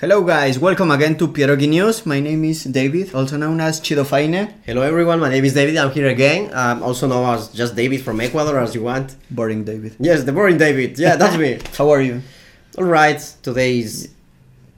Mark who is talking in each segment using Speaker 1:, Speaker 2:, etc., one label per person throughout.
Speaker 1: Hello guys, welcome again to Pierogi News. My name is David, also known as Chido Faine.
Speaker 2: Hello everyone, my name is David. I'm here again. Um, also known as just David from Ecuador, as you want.
Speaker 1: Boring David.
Speaker 2: Yes, the boring David. Yeah, that's me.
Speaker 1: How are you?
Speaker 2: All right. Today is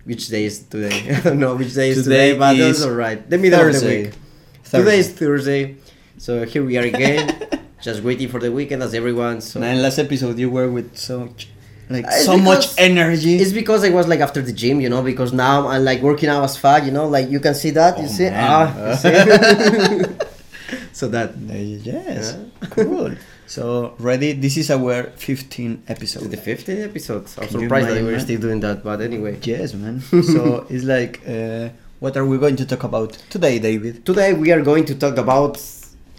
Speaker 2: which day is today? I don't know which day is today,
Speaker 1: Today
Speaker 2: but
Speaker 1: is
Speaker 2: that's all right. The middle
Speaker 1: Thursday.
Speaker 2: of the week. Today is Thursday, so here we are again, just waiting for the weekend as everyone. So Uh,
Speaker 1: Man, last episode you were with so much, like
Speaker 2: It's
Speaker 1: so much
Speaker 2: because-
Speaker 1: energy.
Speaker 2: It's because I was like after the gym, you know, because now I'm like working out as fuck, you know, like you can see that, you
Speaker 1: Oh,
Speaker 2: see,
Speaker 1: man.
Speaker 2: ah, you see? so that
Speaker 1: Uh, yes, cool. So ready? This is our 15 episode.
Speaker 2: the 15th episode. I'm
Speaker 1: Can you
Speaker 2: surprised that we
Speaker 1: imagine
Speaker 2: were
Speaker 1: that?
Speaker 2: still doing that, but anyway.
Speaker 1: Yes, man. so it's like, uh, what are we going to talk about today, David?
Speaker 2: Today we are going to talk about.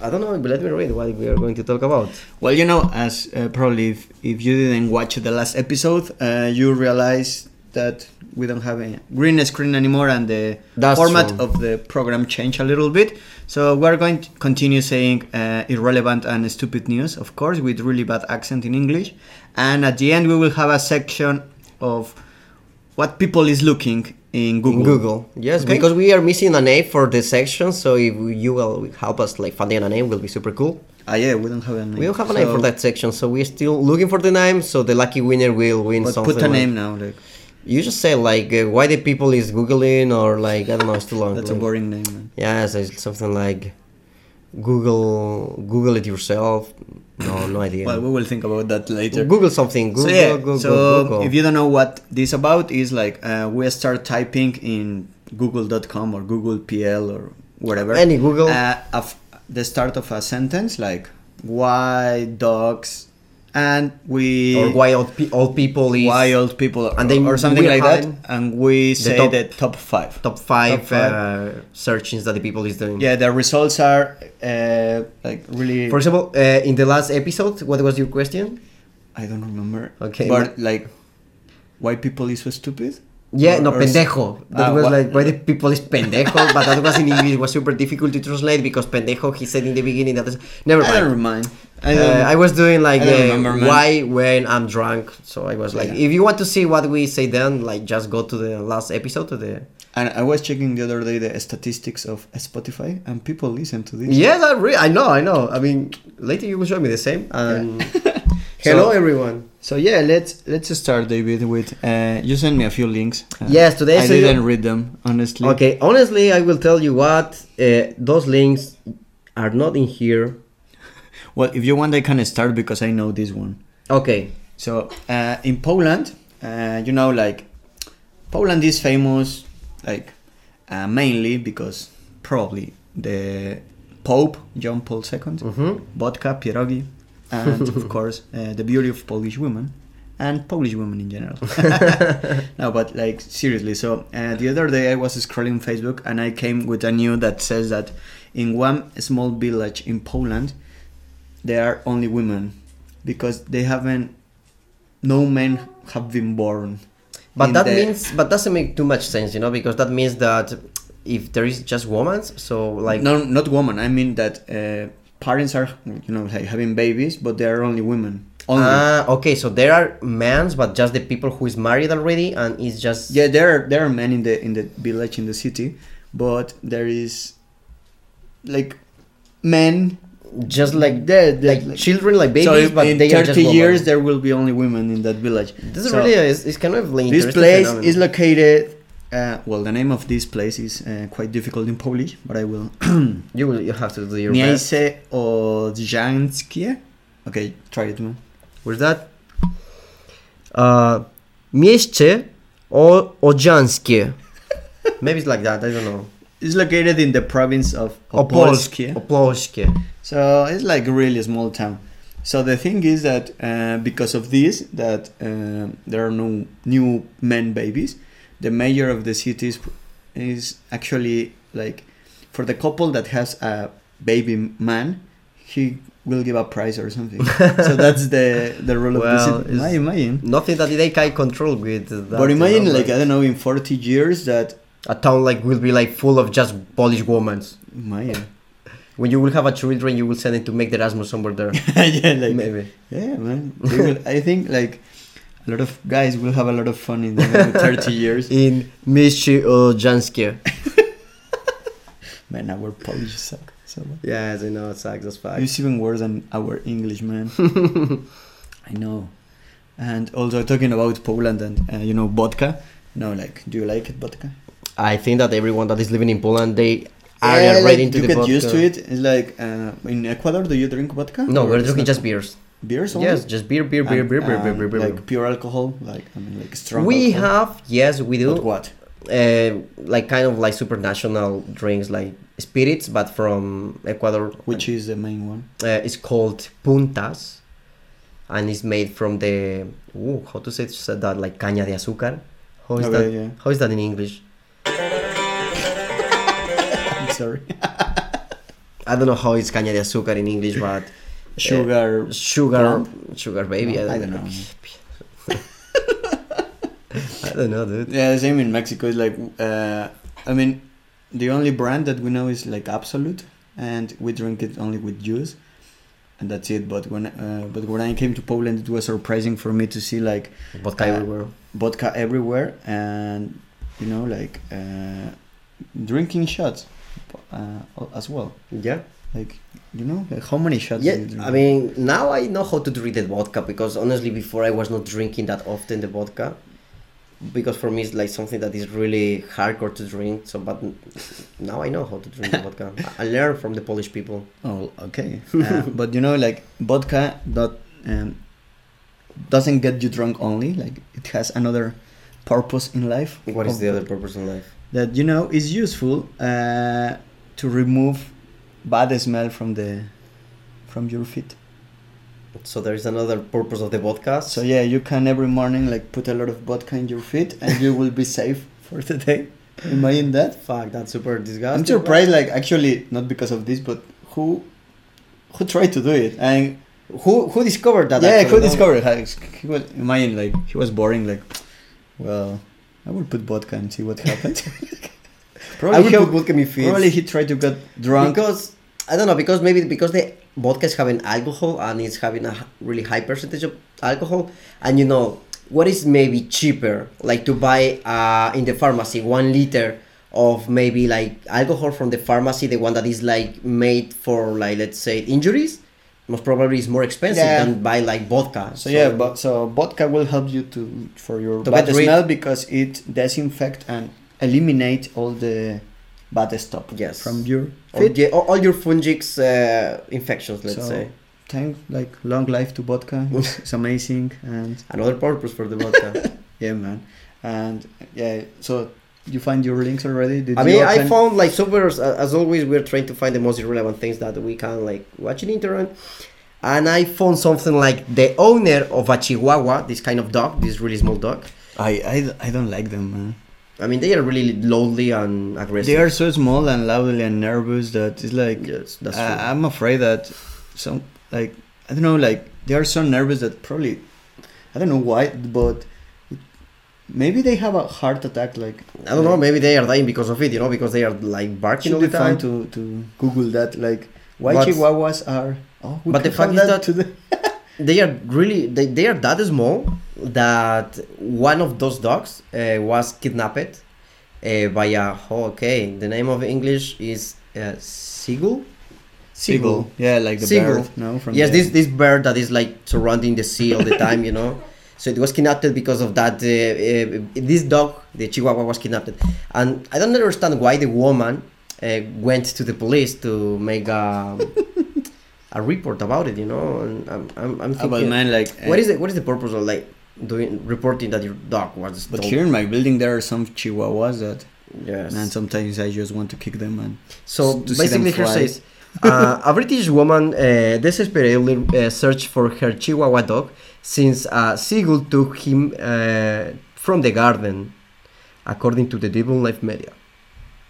Speaker 2: I don't know. Let me read what we are going to talk about.
Speaker 1: Well, you know, as uh, probably if, if you didn't watch the last episode, uh, you realize that we don't have a green screen anymore and the
Speaker 2: That's
Speaker 1: format
Speaker 2: true.
Speaker 1: of the program changed a little bit. So we're going to continue saying uh, irrelevant and stupid news, of course, with really bad accent in English. And at the end, we will have a section of what people is looking in Google.
Speaker 2: Yes,
Speaker 1: Okay?
Speaker 2: because we are missing a name for this section. So if you will help us like finding a name, will be super cool.
Speaker 1: Ah, yeah, we don't have a name.
Speaker 2: We don't have a name
Speaker 1: So-
Speaker 2: for that section, so we're still looking for the name. So the lucky winner will win
Speaker 1: But
Speaker 2: something.
Speaker 1: put a
Speaker 2: like-
Speaker 1: name now, like
Speaker 2: You just say like uh, why the people is googling or like I don't know. It's too long.
Speaker 1: that's a
Speaker 2: like,
Speaker 1: boring name. Man.
Speaker 2: Yeah, so it's something like Google Google it yourself. No, no idea.
Speaker 1: Well, we will think about that later.
Speaker 2: Google something. Google,
Speaker 1: so yeah,
Speaker 2: Google,
Speaker 1: so
Speaker 2: Google.
Speaker 1: if you don't know what this about is like, uh, we start typing in Google.com or Google PL or whatever.
Speaker 2: Any Google.
Speaker 1: Uh, of the start of a sentence like why dogs and we
Speaker 2: or why old, pe- old people is
Speaker 1: wild people
Speaker 2: And
Speaker 1: and
Speaker 2: then
Speaker 1: or something
Speaker 2: we
Speaker 1: like that,
Speaker 2: had
Speaker 1: and we say
Speaker 2: top-
Speaker 1: the top five.
Speaker 2: top five,
Speaker 1: Top five.
Speaker 2: Uh, searchings that the people is doing.
Speaker 1: Yeah, the results are uh, like really.
Speaker 2: For example, uh, in the last episode, what was your question?
Speaker 1: I don't remember.
Speaker 2: Okay,
Speaker 1: but like, why people is so stupid?
Speaker 2: Yeah,
Speaker 1: Or-
Speaker 2: no,
Speaker 1: or s-
Speaker 2: pendejo. That
Speaker 1: Ah,
Speaker 2: was
Speaker 1: wha-
Speaker 2: like why the people is pendejo, but that was in English. was super difficult to translate because pendejo. He said in the beginning that is never
Speaker 1: I don't
Speaker 2: mind.
Speaker 1: remind.
Speaker 2: I,
Speaker 1: I don't.
Speaker 2: uh, I was doing like
Speaker 1: I don't
Speaker 2: uh,
Speaker 1: remember, man.
Speaker 2: why when I'm drunk. So I was like,
Speaker 1: Yeah.
Speaker 2: if you want to see what we say then, like just go to the last episode to the.
Speaker 1: and I was checking the other day the statistics of Spotify, and people listen to this.
Speaker 2: Yes, I re- I know, I know. I mean, later you will show me the same. And hello,
Speaker 1: So-
Speaker 2: everyone.
Speaker 1: So yeah, let's let's start, David. With uh, you sent me a few links. Uh,
Speaker 2: Yes, today
Speaker 1: I
Speaker 2: so you-
Speaker 1: didn't read them honestly.
Speaker 2: Okay, honestly, I will tell you what uh, those links are not in here.
Speaker 1: Well, if you want, I can start because I know this one.
Speaker 2: Okay,
Speaker 1: So uh, in Poland, uh, you know, like Poland is famous, like uh, mainly because probably the Pope John Paul II, Mm-hmm. vodka, pierogi, and of course uh, the beauty of Polish women and Polish women in general. no, but like seriously. So uh, the other day I was scrolling Facebook and I came with a news that says that in one small village in Poland there are only women because they haven't no men have been born
Speaker 2: but
Speaker 1: in
Speaker 2: that
Speaker 1: the-
Speaker 2: means but doesn't make too much sense, you know, because that means that if there is just women, so like
Speaker 1: no not woman i mean that uh, parents are you know like having babies but they are only women only
Speaker 2: ah, okay, so there are men's, but just the people who is married already, and it's just
Speaker 1: yeah there are there are men in the in the village in the city but there is like men
Speaker 2: just like
Speaker 1: They're- they're
Speaker 2: like children, like babies,
Speaker 1: so in,
Speaker 2: but
Speaker 1: in
Speaker 2: they
Speaker 1: 30
Speaker 2: are just women.
Speaker 1: years there will be only women in that village
Speaker 2: This is
Speaker 1: So-
Speaker 2: really is, is kind of like
Speaker 1: This
Speaker 2: interesting
Speaker 1: place
Speaker 2: phenomenon.
Speaker 1: is located. Uh, well, the name of this place is uh, quite difficult in Polish, but I will.
Speaker 2: you will you have to do your best.
Speaker 1: Miejsce Odrzańskie. Okay, try it, man.
Speaker 2: Where's that? Uh, Mieście o Odzianskie. Maybe it's like that. I don't know.
Speaker 1: It's located in the province of
Speaker 2: Opolskie.
Speaker 1: Opolskie.
Speaker 2: Opolskie.
Speaker 1: So it's like a really small town. So the thing is that uh, because of this, that um there are no new men babies, the mayor of the city is, is actually like, for the couple that has a baby man, he will give a prize or something. so that's the the rule
Speaker 2: Well,
Speaker 1: of the
Speaker 2: it's-
Speaker 1: city. I imagine.
Speaker 2: Nothing that they can control with. That,
Speaker 1: But
Speaker 2: you
Speaker 1: imagine,
Speaker 2: know,
Speaker 1: like I don't know, in forty years that,
Speaker 2: a town like will be like full of just Polish women.
Speaker 1: imagine.
Speaker 2: When you will have a children, you will send it to make the Erasmus somewhere there.
Speaker 1: yeah, like
Speaker 2: Maybe.
Speaker 1: Yeah, man. They will- I think like a lot of guys will have a lot of fun in the next 30 years.
Speaker 2: in Mieście Ojanskie.
Speaker 1: Man, our Polish suck so much.
Speaker 2: Yeah, as I know, it sucks as fuck.
Speaker 1: It's even worse than our English, man. I know. And also talking about Poland and uh, you know vodka. No, like, do you like it, vodka?
Speaker 2: I think that everyone that is living in Poland, they are
Speaker 1: Yeah,
Speaker 2: Ah, right
Speaker 1: like,
Speaker 2: into
Speaker 1: you
Speaker 2: the
Speaker 1: get
Speaker 2: vodka.
Speaker 1: used to it. It's like uh, in Ecuador, do you drink vodka?
Speaker 2: No,
Speaker 1: Or
Speaker 2: we're
Speaker 1: it's
Speaker 2: drinking
Speaker 1: not-
Speaker 2: just beers.
Speaker 1: beers. Only?
Speaker 2: Yes, just beer, beer, beer,
Speaker 1: And,
Speaker 2: beer, beer, beer,
Speaker 1: um,
Speaker 2: beer, beer.
Speaker 1: Like pure alcohol, like I mean, like strong.
Speaker 2: we
Speaker 1: alcohol.
Speaker 2: have, yes, we do.
Speaker 1: But what?
Speaker 2: uh, like kind of like supernational drinks like spirits but from ecuador
Speaker 1: Which is the main one?
Speaker 2: uh, it's called puntas and it's made from the ooh, how to say it- say that like caña de azúcar how Oh, is
Speaker 1: Okay,
Speaker 2: that
Speaker 1: yeah.
Speaker 2: how is that in english
Speaker 1: I'm sorry.
Speaker 2: i don't know how it's caña de azúcar in english but
Speaker 1: Sugar.
Speaker 2: sugar sugar baby
Speaker 1: I don't know.
Speaker 2: i don't know dude
Speaker 1: Yeah, the same in Mexico. It's like, uh, I mean, the only brand that we know is like Absolute, and we drink it only with juice, and that's it. But when uh, but when I came to Poland, it was surprising for me to see like
Speaker 2: vodka
Speaker 1: Uh,
Speaker 2: everywhere
Speaker 1: vodka everywhere, and you know like uh, drinking shots uh, as well.
Speaker 2: yeah
Speaker 1: Like you know, like how many shots?
Speaker 2: yeah
Speaker 1: do you drink?
Speaker 2: i mean now i know how to drink the vodka because honestly before i was not drinking that often the vodka because for me it's like something that is really hardcore to drink so but n- now i know how to drink the vodka I- i learned from the polish people
Speaker 1: Oh, okay. Uh, but you know, like vodka that um, doesn't get you drunk only. Like it has another purpose in life.
Speaker 2: what is
Speaker 1: of-
Speaker 2: the other purpose in life
Speaker 1: That you know is useful uh, to remove bad smell from the from your feet.
Speaker 2: so there is another purpose of the vodka
Speaker 1: So yeah, you can every morning like put a lot of vodka in your feet, and you will be safe for the day. Imagine that.
Speaker 2: fuck that's super disgusting
Speaker 1: I'm surprised. Like actually, not because of this, but who who tried to do it and.
Speaker 2: but who who discovered that
Speaker 1: yeah,
Speaker 2: actually,
Speaker 1: who
Speaker 2: no?
Speaker 1: discovered? Like, he was imagine like he was boring. Like, well, I will put vodka and see what happens.
Speaker 2: i
Speaker 1: probably,
Speaker 2: will
Speaker 1: he,
Speaker 2: put vodka in my feet
Speaker 1: probably he tried to get drunk.
Speaker 2: because I don't know because maybe because the vodka is having alcohol and it's having a h- really high percentage of alcohol and you know what is maybe cheaper like to buy uh, in the pharmacy one liter of maybe like alcohol from the pharmacy the one that is like made for like let's say injuries most probably is more expensive
Speaker 1: Yeah.
Speaker 2: than buy like vodka
Speaker 1: so yeah, but so vodka will help you to for your
Speaker 2: To
Speaker 1: bad
Speaker 2: get rid-
Speaker 1: smell because it disinfect and eliminate all the bad stuff
Speaker 2: Yes.
Speaker 1: from your
Speaker 2: all,
Speaker 1: feet.
Speaker 2: yeah, all, all your fungics uh, infections let's
Speaker 1: so
Speaker 2: say
Speaker 1: thank like long life to vodka. It's, it's amazing and
Speaker 2: another purpose for the vodka
Speaker 1: yeah, man. And yeah, so you find your links already? Did
Speaker 2: I
Speaker 1: you
Speaker 2: mean, I
Speaker 1: open-
Speaker 2: found like super. As, as always, we're trying to find the most relevant things that we can like watch in internet. And I found something like the owner of a Chihuahua, this kind of dog, this really small dog.
Speaker 1: I, I, I don't like them, man.
Speaker 2: I mean, they are really lonely and aggressive.
Speaker 1: They are so small and loudly and nervous that it's like
Speaker 2: yes, that's true.
Speaker 1: I, I'm afraid that some like I don't know like they are so nervous that probably I don't know why but maybe they have a heart attack like
Speaker 2: I don't know. Maybe they are dying because of it, you know, because they are like
Speaker 1: Actually,
Speaker 2: barking all the time.
Speaker 1: to to Google that like why
Speaker 2: But-
Speaker 1: Chihuahuas are oh we
Speaker 2: but the
Speaker 1: can
Speaker 2: fact
Speaker 1: have
Speaker 2: is that-
Speaker 1: today.
Speaker 2: They are really they, they are that small that one of those dogs uh, was kidnapped uh, by a okay. The name of English is uh, seagull.
Speaker 1: seagull yeah like the
Speaker 2: Seagull.
Speaker 1: bird no from
Speaker 2: yes,
Speaker 1: the-
Speaker 2: this this bird that is like surrounding the sea all the time, you know. So it was kidnapped because of that. Uh, uh, this dog, the Chihuahua, was kidnapped, and I don't understand why the woman uh, went to the police to make a a report about it, you know. And I'm I'm, I'm
Speaker 1: Ah, but
Speaker 2: thinking,
Speaker 1: man like
Speaker 2: what is the what is the purpose of like doing reporting that your dog was
Speaker 1: but
Speaker 2: stolen?
Speaker 1: here in my building there are some Chihuahuas that
Speaker 2: yes.
Speaker 1: and sometimes I just want to kick them and
Speaker 2: So
Speaker 1: to see
Speaker 2: basically,
Speaker 1: them
Speaker 2: here
Speaker 1: fly.
Speaker 2: says uh, a British woman uh, desperately uh, searched for her Chihuahua dog since a seagull took him uh, from the garden, according to the Devon Life Media.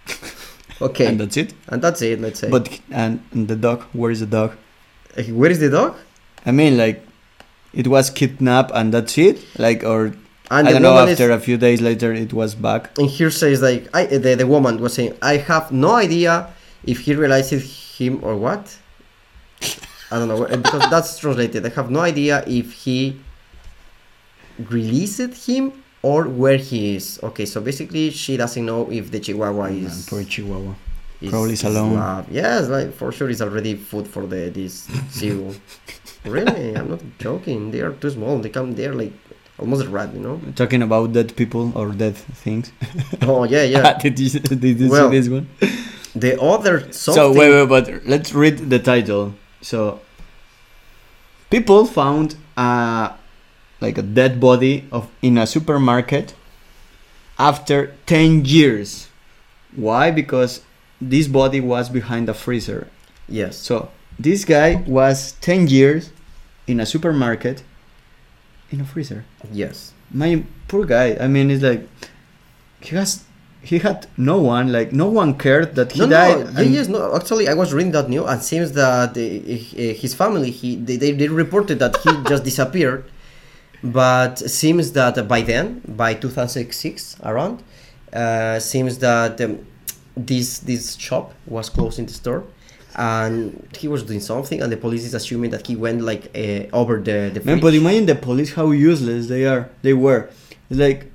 Speaker 2: Okay,
Speaker 1: and
Speaker 2: and,
Speaker 1: that's it
Speaker 2: that's it. Let's say.
Speaker 1: But and and the dog, where is the dog?
Speaker 2: Uh, where is the dog?
Speaker 1: I mean, like, it was kidnapped and that's it. Like, or
Speaker 2: And
Speaker 1: I
Speaker 2: the
Speaker 1: don't know.
Speaker 2: woman
Speaker 1: After a few days later, it was back.
Speaker 2: is, and here says like I, the the woman was saying, I have no idea if he realized him or what. eh, I don't know uh, because that's translated. I have no idea if he released him or where he is. Okay, so basically she doesn't know if the Chihuahua
Speaker 1: Man,
Speaker 2: is
Speaker 1: poor Chihuahua.
Speaker 2: is-
Speaker 1: Probably is alone.
Speaker 2: not- yes, like for sure, it's already food for the this seal. really, I'm not joking. They are too small. They come there like almost a rat, you know.
Speaker 1: Talking about dead people or dead things.
Speaker 2: Oh yeah, yeah.
Speaker 1: did you, did you
Speaker 2: Well,
Speaker 1: see this one?
Speaker 2: The other something.
Speaker 1: So wait, wait, but let's read the title. So people found uh, like a dead body of in a supermarket after 10 years. Why? Because this body was behind a freezer.
Speaker 2: Yes.
Speaker 1: So this guy was 10 years in a supermarket in a freezer.
Speaker 2: Yes.
Speaker 1: My poor guy. I mean, it's like he has he had no one like no one cared that he
Speaker 2: No,
Speaker 1: died.
Speaker 2: no, yeah,
Speaker 1: and-
Speaker 2: yes, no. Actually, I was reading that news, and seems that the, uh, his family, he they, they, they reported that he just disappeared, but seems that by then, by 2006 around, uh, seems that um, this this shop was closing the store, and he was doing something, and the police is assuming that he went like uh, over the the.
Speaker 1: Man, but
Speaker 2: bridge.
Speaker 1: imagine the police how useless they are. They were It's like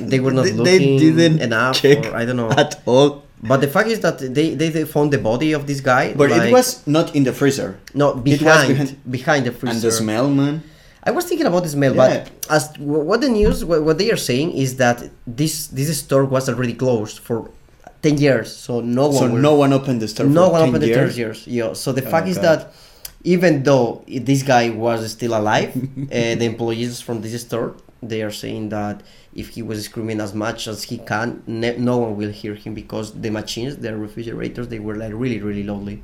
Speaker 2: they were not
Speaker 1: they,
Speaker 2: looking
Speaker 1: they didn't
Speaker 2: enough,
Speaker 1: check
Speaker 2: or I don't know.
Speaker 1: at all.
Speaker 2: But the fact is that they, they, they found the body of this guy.
Speaker 1: But it
Speaker 2: like-
Speaker 1: was not in the freezer.
Speaker 2: No,
Speaker 1: was
Speaker 2: behind, behind
Speaker 1: behind-
Speaker 2: the freezer.
Speaker 1: And the smell, man.
Speaker 2: I was thinking about the smell,
Speaker 1: Yeah.
Speaker 2: but as wh- what the news, what, what they are saying is that this this store was already closed for ten years, so no one
Speaker 1: so
Speaker 2: will-
Speaker 1: no one opened the store.
Speaker 2: no
Speaker 1: for
Speaker 2: one
Speaker 1: 10
Speaker 2: opened the
Speaker 1: years.
Speaker 2: ten years. Yeah. So the fact is
Speaker 1: God.
Speaker 2: that even though i- this guy was still alive, uh, the employees from this store they are saying that if he was screaming as much as he can, ne- no one will hear him because the machines, the refrigerators, they were like really really loudly.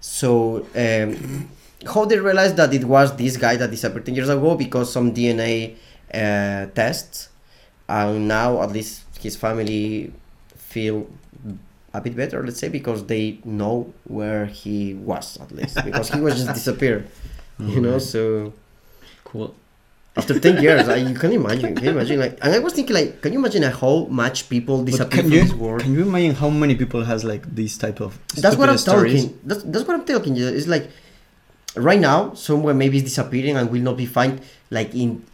Speaker 2: So um, how they realized that it was this guy that disappeared ten years ago because some DNA uh, tests, and now at least his family feel a bit better, let's say, because they know where he was at least because he was just disappeared, you know. So
Speaker 1: Cool.
Speaker 2: after ten years, I, you can imagine, can you imagine like, and I was thinking like, can you imagine like, how much people
Speaker 1: But
Speaker 2: disappear
Speaker 1: can
Speaker 2: from
Speaker 1: you
Speaker 2: this world?
Speaker 1: can you imagine how many people has like these type of
Speaker 2: that's what
Speaker 1: stupid
Speaker 2: I'm
Speaker 1: stories?
Speaker 2: talking. That's, that's what I'm talking. yeah. It's like right now, someone maybe is disappearing and will not be found like in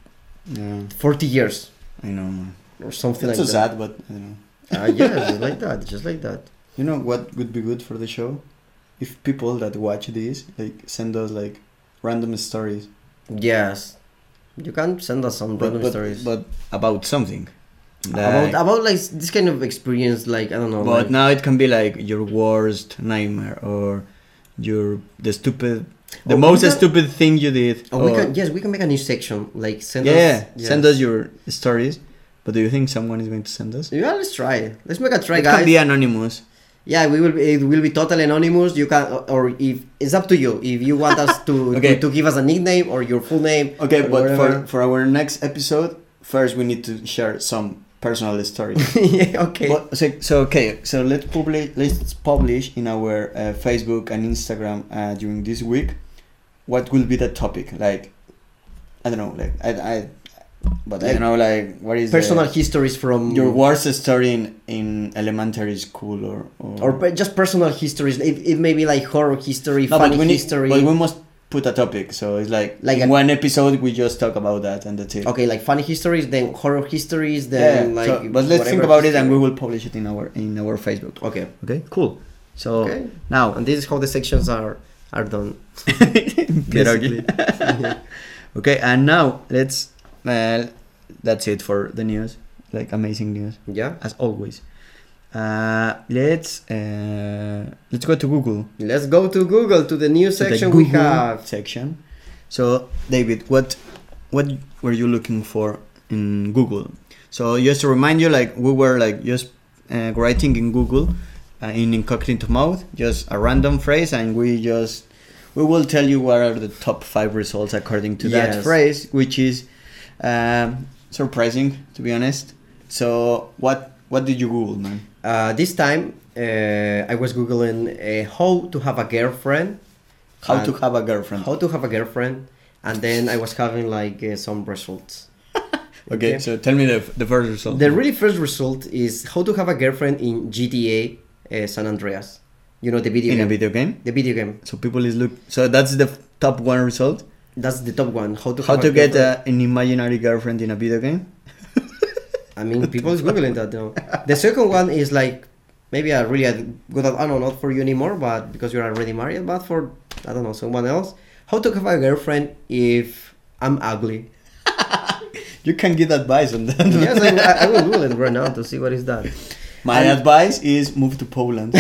Speaker 1: Yeah,
Speaker 2: 40 years
Speaker 1: I know, man.
Speaker 2: or something
Speaker 1: It's so
Speaker 2: like that.
Speaker 1: sad, but I don't know.
Speaker 2: Ah, yeah, just like that, just like that.
Speaker 1: You know what would be good for the show? If people that watch this like send us like random stories,
Speaker 2: Yes, you can send us some
Speaker 1: but,
Speaker 2: random
Speaker 1: but,
Speaker 2: stories
Speaker 1: but about something. Like-
Speaker 2: about about like this kind of experience. Like I don't know.
Speaker 1: But
Speaker 2: like,
Speaker 1: now it can be like your worst nightmare or your the stupid the
Speaker 2: Oh, we
Speaker 1: most
Speaker 2: can-
Speaker 1: stupid thing you did.
Speaker 2: oh, we
Speaker 1: or-
Speaker 2: can yes, we can make a new section. Like send
Speaker 1: yeah,
Speaker 2: us
Speaker 1: send us your stories. But do you think someone is going to send us?
Speaker 2: Yeah, let's try. Let's make a try,
Speaker 1: it
Speaker 2: guys.
Speaker 1: can be anonymous.
Speaker 2: Yeah, we will. Be, it will be totally anonymous. You can, or if it's up to you. If you want us to
Speaker 1: Okay.
Speaker 2: to, to give us a nickname or your full name.
Speaker 1: Okay,
Speaker 2: or
Speaker 1: but
Speaker 2: whatever.
Speaker 1: for, for our next episode, first we need to share some personal stories.
Speaker 2: yeah, okay.
Speaker 1: But, so, so okay, so let's publish let's publish in our uh, Facebook and Instagram uh, during this week. What will be the topic? Like, I don't know. Like I, I but I don't know. Like, what is the-
Speaker 2: personal histories from
Speaker 1: your worst story in, in elementary school or or,
Speaker 2: or pe- just personal histories. It, it may be like horror history,
Speaker 1: no, but
Speaker 2: funny
Speaker 1: we need,
Speaker 2: history.
Speaker 1: But we must put a topic. So it's like
Speaker 2: Like
Speaker 1: in
Speaker 2: a-
Speaker 1: one episode we just talk about that and that's it.
Speaker 2: okay, like funny histories, then horror histories,
Speaker 1: Yeah,
Speaker 2: then like.
Speaker 1: so- but let's think
Speaker 2: whatever
Speaker 1: about it, and we
Speaker 2: history.
Speaker 1: will publish it in our in our Facebook.
Speaker 2: Okay.
Speaker 1: Okay, cool. So
Speaker 2: Okay.
Speaker 1: now
Speaker 2: And this is how the sections are are done.
Speaker 1: Pierogi. okay, and now let's. Uh, that's it for the news. Like amazing news
Speaker 2: Yeah.
Speaker 1: as always. Uh, let's uh, let's go to Google.
Speaker 2: Let's go to Google to the new
Speaker 1: to the
Speaker 2: section we
Speaker 1: Google
Speaker 2: have.
Speaker 1: section. So David, what what were you looking for in Google? So just to remind you, like we were like just uh, writing in Google uh, in incognito mode, just a random phrase, and we just we will tell you what are the top five results according to
Speaker 2: Yes.
Speaker 1: that phrase, which is um, surprising to be honest. So what what did you Google, man?
Speaker 2: Uh, this time uh, I was googling uh, how to have a girlfriend,
Speaker 1: How to
Speaker 2: and-
Speaker 1: have a girlfriend?
Speaker 2: Uh, how to have a girlfriend, and then I was having like uh, some results.
Speaker 1: okay, so tell me the the first result.
Speaker 2: The really first result is how to have a girlfriend in GTA uh, San Andreas. You know the video
Speaker 1: in a
Speaker 2: game.
Speaker 1: video game.
Speaker 2: The video game.
Speaker 1: So people is look. So that's the f- top one result.
Speaker 2: that's the top one. How to
Speaker 1: How
Speaker 2: have
Speaker 1: to get
Speaker 2: girlfriend.
Speaker 1: uh, an imaginary girlfriend in a video game?
Speaker 2: I mean, people is googling that now. The second one is like maybe a really a good. I don't know, not for you anymore, but because you're already married, but for I don't know someone else. How to have a girlfriend if I'm ugly?
Speaker 1: You can give advice on that.
Speaker 2: yes, I, I will Google it right now to see what is that.
Speaker 1: My advice is move to Poland.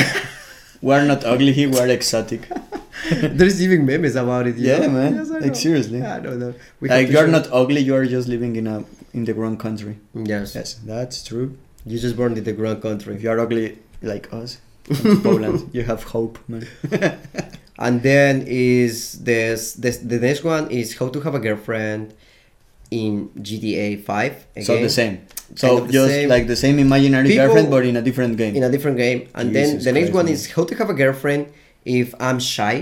Speaker 1: we're not ugly here, we're exotic.
Speaker 2: There's even memes about it. you
Speaker 1: Yeah,
Speaker 2: know?
Speaker 1: man.
Speaker 2: Yes, I
Speaker 1: Like,
Speaker 2: know.
Speaker 1: seriously.
Speaker 2: Yeah, I don't know. We have
Speaker 1: like
Speaker 2: to
Speaker 1: you're
Speaker 2: show-
Speaker 1: not ugly, you're just living in a in the wrong country.
Speaker 2: Yes.
Speaker 1: Yes, that's true.
Speaker 2: You just born in the grand country.
Speaker 1: If you're ugly like us, come to Poland, you have hope, man.
Speaker 2: And then is this, this the next one is how to have a girlfriend in GTA 5 again
Speaker 1: So the same.
Speaker 2: Kind
Speaker 1: So
Speaker 2: of the
Speaker 1: just
Speaker 2: same.
Speaker 1: like the same imaginary
Speaker 2: People-
Speaker 1: girlfriend, but in a different game.
Speaker 2: in a different game. And
Speaker 1: Jesus
Speaker 2: then the next
Speaker 1: Christ,
Speaker 2: one
Speaker 1: man.
Speaker 2: is how to have a girlfriend if I'm shy.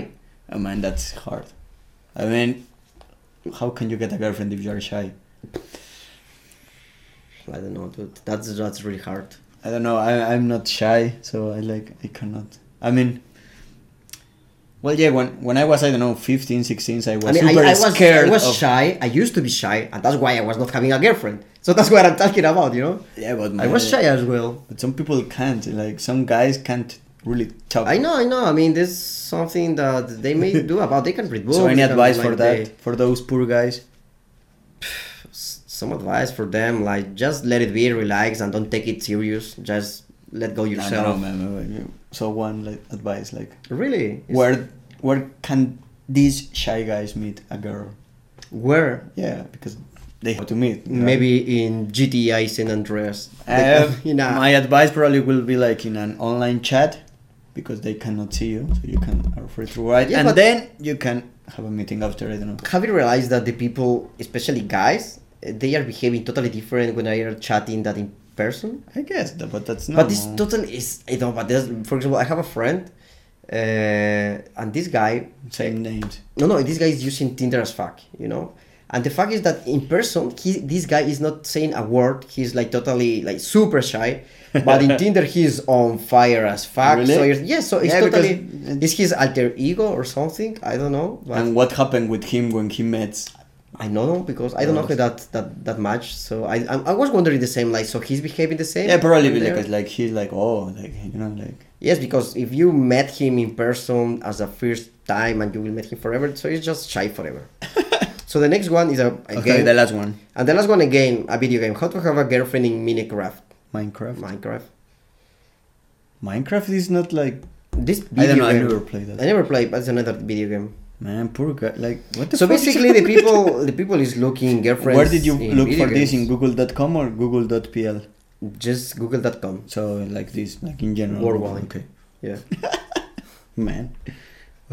Speaker 1: oh man, that's hard. I mean, how can you get a girlfriend if you're shy?
Speaker 2: I don't know, dude. That's that's really hard.
Speaker 1: I don't know. I, I'm not shy, so I like I cannot. I mean, well, yeah. When when I was I don't know 15, 16, I was
Speaker 2: I mean, I,
Speaker 1: super
Speaker 2: I was
Speaker 1: scared.
Speaker 2: I was
Speaker 1: of-
Speaker 2: shy. I used to be shy, and that's why I was not having a girlfriend. So that's what I'm talking about, you know.
Speaker 1: Yeah, but
Speaker 2: I was
Speaker 1: man,
Speaker 2: shy as well.
Speaker 1: But some people can't. Like some guys can't really talk.
Speaker 2: I know, I know. I mean, there's something that they may do about. They can read books.
Speaker 1: So any
Speaker 2: they can,
Speaker 1: advice for
Speaker 2: like,
Speaker 1: that
Speaker 2: they-
Speaker 1: for those poor guys?
Speaker 2: s- some advice for them like just let it be relax and don't take it serious just let go
Speaker 1: No,
Speaker 2: yourself
Speaker 1: no, no, man, man, man. So one like advice like
Speaker 2: really It's-
Speaker 1: where where can these shy guys meet a girl?
Speaker 2: where
Speaker 1: Yeah, because they have to meet. you know?
Speaker 2: maybe in gta san andreas They
Speaker 1: Uh,
Speaker 2: can- you know
Speaker 1: My advice probably will be like in an online chat because they cannot see you, so you can are free to write,
Speaker 2: Yeah,
Speaker 1: and
Speaker 2: but-
Speaker 1: then you can have a meeting after. I don't know.
Speaker 2: have you realized that the people especially guys eh, they are behaving totally different when they are chatting than in person
Speaker 1: I guess, that, but that's not.
Speaker 2: but this totally is i know but there's for example i have a friend uh, and this guy
Speaker 1: same names.
Speaker 2: No, no, this guy is using Tinder as fuck, you know? And the fact is that in person, he, this guy is not saying a word. He's like totally, like super shy. But in Tinder, he's on fire as fuck.
Speaker 1: Really?
Speaker 2: So you're- yeah, so it's
Speaker 1: Yeah, because
Speaker 2: totally.
Speaker 1: it-
Speaker 2: It's his alter ego or something. I don't know. But
Speaker 1: And what happened with him when he met?
Speaker 2: I don't know because I don't
Speaker 1: Oh.
Speaker 2: know that that that much. So I, I I was wondering the same. Like, so he's behaving the same.
Speaker 1: Yeah, probably
Speaker 2: there?
Speaker 1: because like he's like oh like you know like
Speaker 2: Yes, because if you met him in person as a first time and you will meet him forever, so he's just shy forever. so the next one is a again,
Speaker 1: okay the last one
Speaker 2: And the last one again, a video game. How to have a girlfriend in Minecraft?
Speaker 1: Minecraft.
Speaker 2: Minecraft.
Speaker 1: Minecraft is not like
Speaker 2: This
Speaker 1: I
Speaker 2: video
Speaker 1: don't know. I
Speaker 2: game.
Speaker 1: never played that.
Speaker 2: I never played. But it's another video game.
Speaker 1: Man, poor guy. Like what the
Speaker 2: so
Speaker 1: fuck is
Speaker 2: basically,
Speaker 1: up
Speaker 2: the
Speaker 1: with-
Speaker 2: people, the people is looking girlfriends.
Speaker 1: Where did you
Speaker 2: in
Speaker 1: look
Speaker 2: video
Speaker 1: for this in
Speaker 2: games.
Speaker 1: Google.com or Google.pl?
Speaker 2: Just Google.com.
Speaker 1: So like this, like in general.
Speaker 2: Worldwide.
Speaker 1: Okay.
Speaker 2: Yeah.
Speaker 1: Man.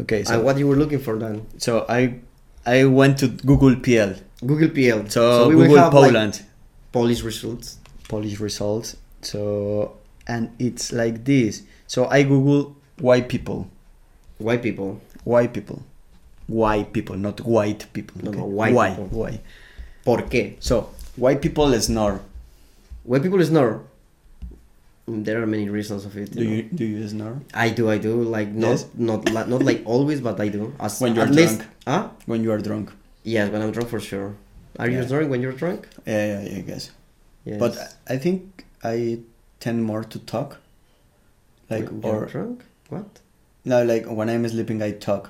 Speaker 1: Okay. So
Speaker 2: and what you were looking for then?
Speaker 1: so I I went to Google PL.
Speaker 2: Google PL.
Speaker 1: So, Google
Speaker 2: like,
Speaker 1: Poland.
Speaker 2: Polish results.
Speaker 1: Polish results. So and it's like this. So I Google why people,
Speaker 2: White people.
Speaker 1: why people, why people, not white people.
Speaker 2: No,
Speaker 1: okay?
Speaker 2: no, why
Speaker 1: why
Speaker 2: people.
Speaker 1: why.
Speaker 2: Por qué?
Speaker 1: So why people snore?
Speaker 2: White people snore. Mm, There are many reasons of it.
Speaker 1: Do you do you snore
Speaker 2: I do. I do. Like not
Speaker 1: Yes?
Speaker 2: not li- not like always, but I do. As
Speaker 1: When you're
Speaker 2: at least,
Speaker 1: drunk.
Speaker 2: huh?
Speaker 1: when you are drunk?
Speaker 2: Yes, when I'm drunk for sure. Are you
Speaker 1: Yeah.
Speaker 2: snoring when you're drunk?
Speaker 1: Yeah, yeah, I guess.
Speaker 2: Yes.
Speaker 1: But I I think I tend more to talk. Like
Speaker 2: when you're
Speaker 1: or
Speaker 2: drunk? What?
Speaker 1: no, like when I'm sleeping, I talk.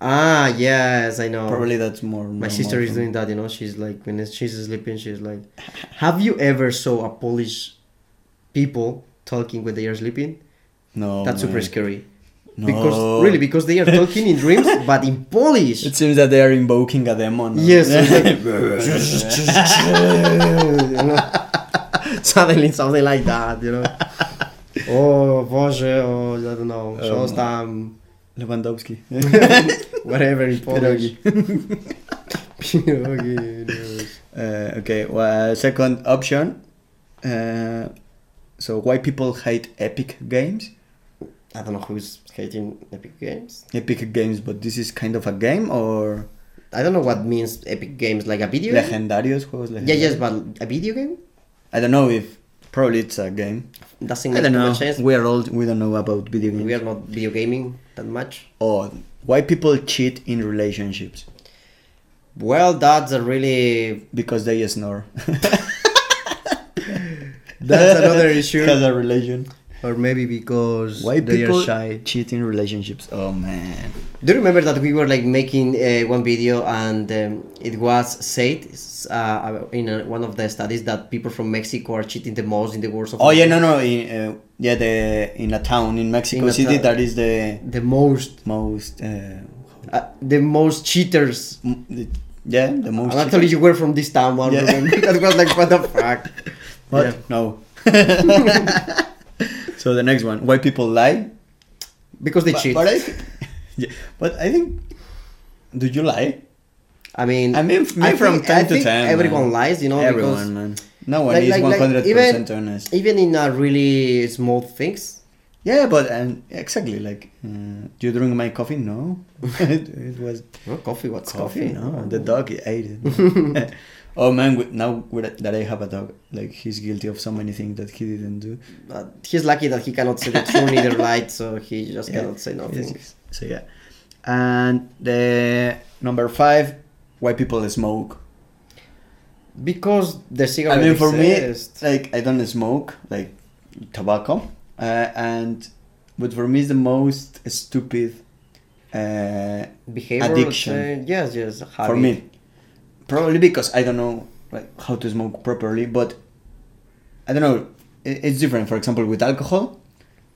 Speaker 2: Ah, yes, I know.
Speaker 1: Probably that's more.
Speaker 2: My sister is doing that. You know, she's like when she's sleeping, she's like, "Have you ever saw a Polish people talking when they are sleeping?
Speaker 1: No,
Speaker 2: That's super
Speaker 1: Oh, man.
Speaker 2: scary.
Speaker 1: No.
Speaker 2: Because really, because they are talking in dreams, but in Polish.
Speaker 1: It seems that they are invoking a demon. no?
Speaker 2: Yes, it's like- suddenly something like that, you know. Oh, Boże, oh, I don't know,
Speaker 1: Oh,
Speaker 2: shows them,
Speaker 1: Lewandowski.
Speaker 2: whatever in Polish.
Speaker 1: Pierogi.
Speaker 2: Pierogi, yes.
Speaker 1: uh, okay. Well, second option. Uh, so why people hate Epic Games?
Speaker 2: I don't know who's hating Epic Games.
Speaker 1: Epic Games, but this is kind of a game or
Speaker 2: I don't know what means Epic Games, like a video game?
Speaker 1: legendarios juegos legendarios.
Speaker 2: Yeah, yes, but a video game?
Speaker 1: I don't know if probably it's a game.
Speaker 2: Doesn't
Speaker 1: I
Speaker 2: make
Speaker 1: don't
Speaker 2: too
Speaker 1: know.
Speaker 2: much sense.
Speaker 1: We are old. We don't know about video games.
Speaker 2: We are not video gaming that much.
Speaker 1: Or why people cheat in relationships?
Speaker 2: Well, that's a really
Speaker 1: because they snore.
Speaker 2: that's another issue.
Speaker 1: Has a religion.
Speaker 2: Or maybe because
Speaker 1: Why
Speaker 2: they
Speaker 1: people
Speaker 2: are shy.
Speaker 1: cheat in relationships? Oh man.
Speaker 2: Do you remember that we were like making uh, one video and um, it was said uh, in uh, one of the studies that people from Mexico are cheating the most in the wars of
Speaker 1: Oh yeah, no, no. In, uh, yeah, the in a town in Mexico
Speaker 2: In a
Speaker 1: City
Speaker 2: town.
Speaker 1: that is the
Speaker 2: the most
Speaker 1: most. Uh,
Speaker 2: uh, the most cheaters.
Speaker 1: m- the, yeah, the most.
Speaker 2: And actually, you were from this town. I
Speaker 1: Yeah.
Speaker 2: remember. That was like what the fuck.
Speaker 1: What?
Speaker 2: Yeah.
Speaker 1: No. so the next one, why people lie?
Speaker 2: Because they
Speaker 1: But,
Speaker 2: cheat.
Speaker 1: but I, thi- yeah, but I think, do you lie?
Speaker 2: I mean,
Speaker 1: I mean, f- me
Speaker 2: I
Speaker 1: from
Speaker 2: think-
Speaker 1: time
Speaker 2: I
Speaker 1: to
Speaker 2: think
Speaker 1: time,
Speaker 2: Everyone
Speaker 1: man.
Speaker 2: lies, you know. because
Speaker 1: Everyone, man. No one is one hundred
Speaker 2: even,
Speaker 1: percent honest.
Speaker 2: Even in uh, really small things.
Speaker 1: Yeah, but and exactly like, uh, do you drink my coffee? No, it, it was
Speaker 2: Oh, coffee, what's
Speaker 1: coffee.
Speaker 2: coffee? Oh.
Speaker 1: No, the dog ate it. oh man, wi- now with- that I have a dog, like he's guilty of so many things that he didn't do.
Speaker 2: Uh, he's lucky that he cannot see the true neither light, so he just cannot say
Speaker 1: Yes,
Speaker 2: nothing.
Speaker 1: yes. So yeah, and the number five, why people smoke.
Speaker 2: Because the
Speaker 1: I
Speaker 2: cigarette
Speaker 1: mean, for
Speaker 2: exists.
Speaker 1: me, like I don't smoke like tobacco, uh, and but for me it's the most stupid uh,
Speaker 2: behavior
Speaker 1: addiction.
Speaker 2: uh, yes, yes. Habit.
Speaker 1: for me. Probably because I don't know like how to smoke properly, but I don't know. i- It's different. For example, with alcohol,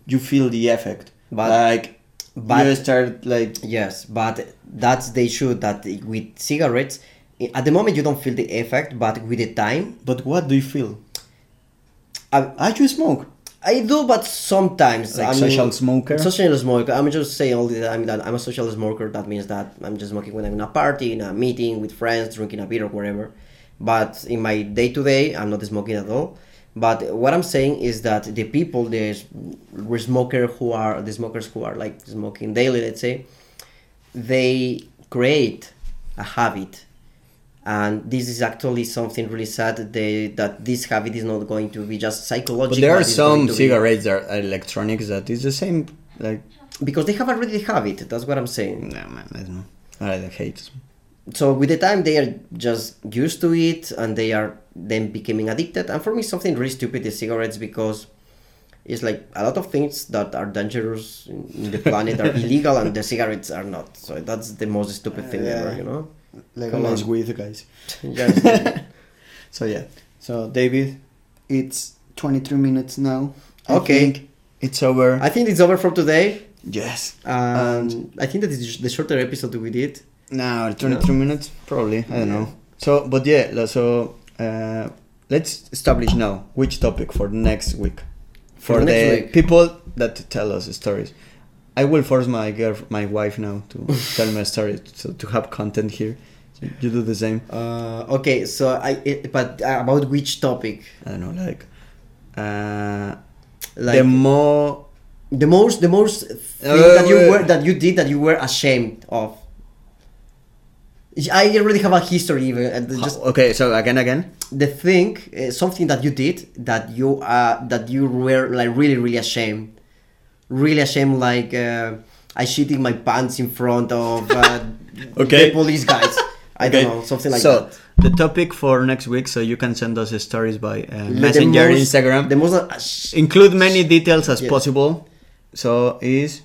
Speaker 1: you feel the effect,
Speaker 2: But-
Speaker 1: like
Speaker 2: but-
Speaker 1: you start like
Speaker 2: Yes, but that's the issue that with cigarettes, i- at the moment you don't feel the effect, but with the time,
Speaker 1: But what do you feel?
Speaker 2: I,
Speaker 1: I you smoke.
Speaker 2: I do, but sometimes
Speaker 1: Like
Speaker 2: I mean,
Speaker 1: social smoker?
Speaker 2: Social smoker. I'm just saying all the time that I'm a social smoker. That means that I'm just smoking when I'm in a party, in a meeting with friends, drinking a beer or whatever. But in my day to day, I'm not smoking at all. But what I'm saying is that the people, the s- smoker who are the smokers who are like smoking daily, let's say, they create a habit and this is actually something really sad they, that this habit is not going to be just psychological
Speaker 1: But there are
Speaker 2: it's going
Speaker 1: some
Speaker 2: to be-
Speaker 1: cigarettes that are electronics that is the same. Like,
Speaker 2: because they have already the habit that's what i'm saying
Speaker 1: no man, I don't know. I hate.
Speaker 2: so with the time they are just used to it and they are then becoming addicted and for me something really stupid is cigarettes because it's like a lot of things that are dangerous in in the planet are illegal and the cigarettes are not so that's the most stupid thing
Speaker 1: Yeah.
Speaker 2: ever you know
Speaker 1: Like
Speaker 2: Come
Speaker 1: always
Speaker 2: on.
Speaker 1: with guys.
Speaker 2: Yes.
Speaker 1: So yeah. So David, it's 23 minutes now.
Speaker 2: Okay.
Speaker 1: it's over.
Speaker 2: i think it's over for today
Speaker 1: yes.
Speaker 2: Um, I think that is the shorter episode we did.
Speaker 1: No, 23 minutes probably. I don't know. So, but yeah. lo- So uh, let's establish now which topic for next week. For,
Speaker 2: For next
Speaker 1: the
Speaker 2: week.
Speaker 1: people that tell us stories, I will force my girl, my wife now to tell me a story to, to have content here. So you do the same.
Speaker 2: Uh, okay, so I it, but uh, about which topic?
Speaker 1: I don't know, like, uh,
Speaker 2: Like
Speaker 1: the
Speaker 2: the,
Speaker 1: more
Speaker 2: most the most thing
Speaker 1: Uh,
Speaker 2: that you
Speaker 1: wait.
Speaker 2: were that you did that you were ashamed of. I already have a history even and just
Speaker 1: okay. So again, again.
Speaker 2: the thing uh, something that you did that you uh that you were like really really ashamed, really ashamed like uh, I shitting my pants in front of uh,
Speaker 1: Okay.
Speaker 2: the police guys. I
Speaker 1: Okay.
Speaker 2: don't know something like
Speaker 1: so,
Speaker 2: that.
Speaker 1: the topic for next week, so you can send us stories by uh,
Speaker 2: The
Speaker 1: Messenger,
Speaker 2: most-
Speaker 1: Instagram.
Speaker 2: The most uh, sh-
Speaker 1: Include many details as
Speaker 2: Yes.
Speaker 1: possible. So is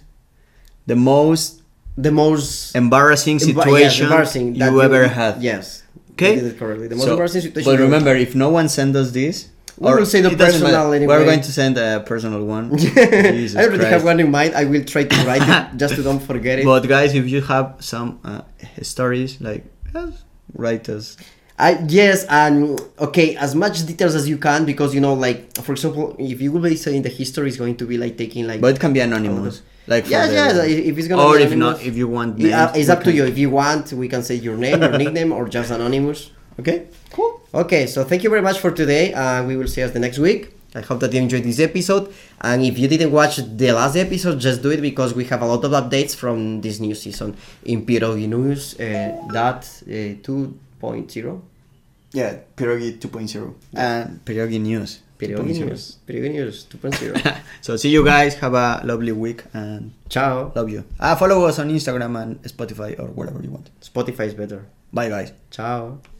Speaker 1: the most
Speaker 2: the most
Speaker 1: embarrassing
Speaker 2: embar-
Speaker 1: situation
Speaker 2: yes, embarrassing that
Speaker 1: you ever had.
Speaker 2: Yes.
Speaker 1: Okay.
Speaker 2: You did it correctly. The most
Speaker 1: So-
Speaker 2: embarrassing situation.
Speaker 1: But
Speaker 2: you-
Speaker 1: remember, if no one sends us this,
Speaker 2: We will say the
Speaker 1: it doesn't
Speaker 2: personal
Speaker 1: matter.
Speaker 2: anyway.
Speaker 1: We're going to send a personal one. Jesus
Speaker 2: I already have
Speaker 1: Christ.
Speaker 2: one in mind. I will try to write it just to don't forget it.
Speaker 1: But guys, if you have some uh, stories, like uh, write us.
Speaker 2: I yes and okay as much details as you can because you know like for example if you will be saying the history is going to be like taking like
Speaker 1: But it can be anonymous. Like for
Speaker 2: Oh, yes
Speaker 1: the-
Speaker 2: yes if it's gonna
Speaker 1: or
Speaker 2: be
Speaker 1: if not,
Speaker 2: anonymous,
Speaker 1: if you want,
Speaker 2: it- uh,
Speaker 1: names,
Speaker 2: it's
Speaker 1: we
Speaker 2: up to
Speaker 1: can-
Speaker 2: you if you want we can say your name or nickname or just anonymous.
Speaker 1: Okay, cool.
Speaker 2: Okay, so thank you very much for today. Uh, we will see us the next week. I hope that you enjoyed this episode. And if you didn't watch the last episode, just do it because we have a lot of updates from this new season in Pierogi News uh, dot uh, 2.0.
Speaker 1: Yeah, Pierogi 2.0. And Pierogi News.
Speaker 2: Periodinius. Periodinius 2.0.
Speaker 1: so see you guys. Have a lovely week and
Speaker 2: Ciao.
Speaker 1: love you. Uh, follow us on Instagram and Spotify or whatever you want.
Speaker 2: Spotify is better.
Speaker 1: Bye guys.
Speaker 2: Ciao.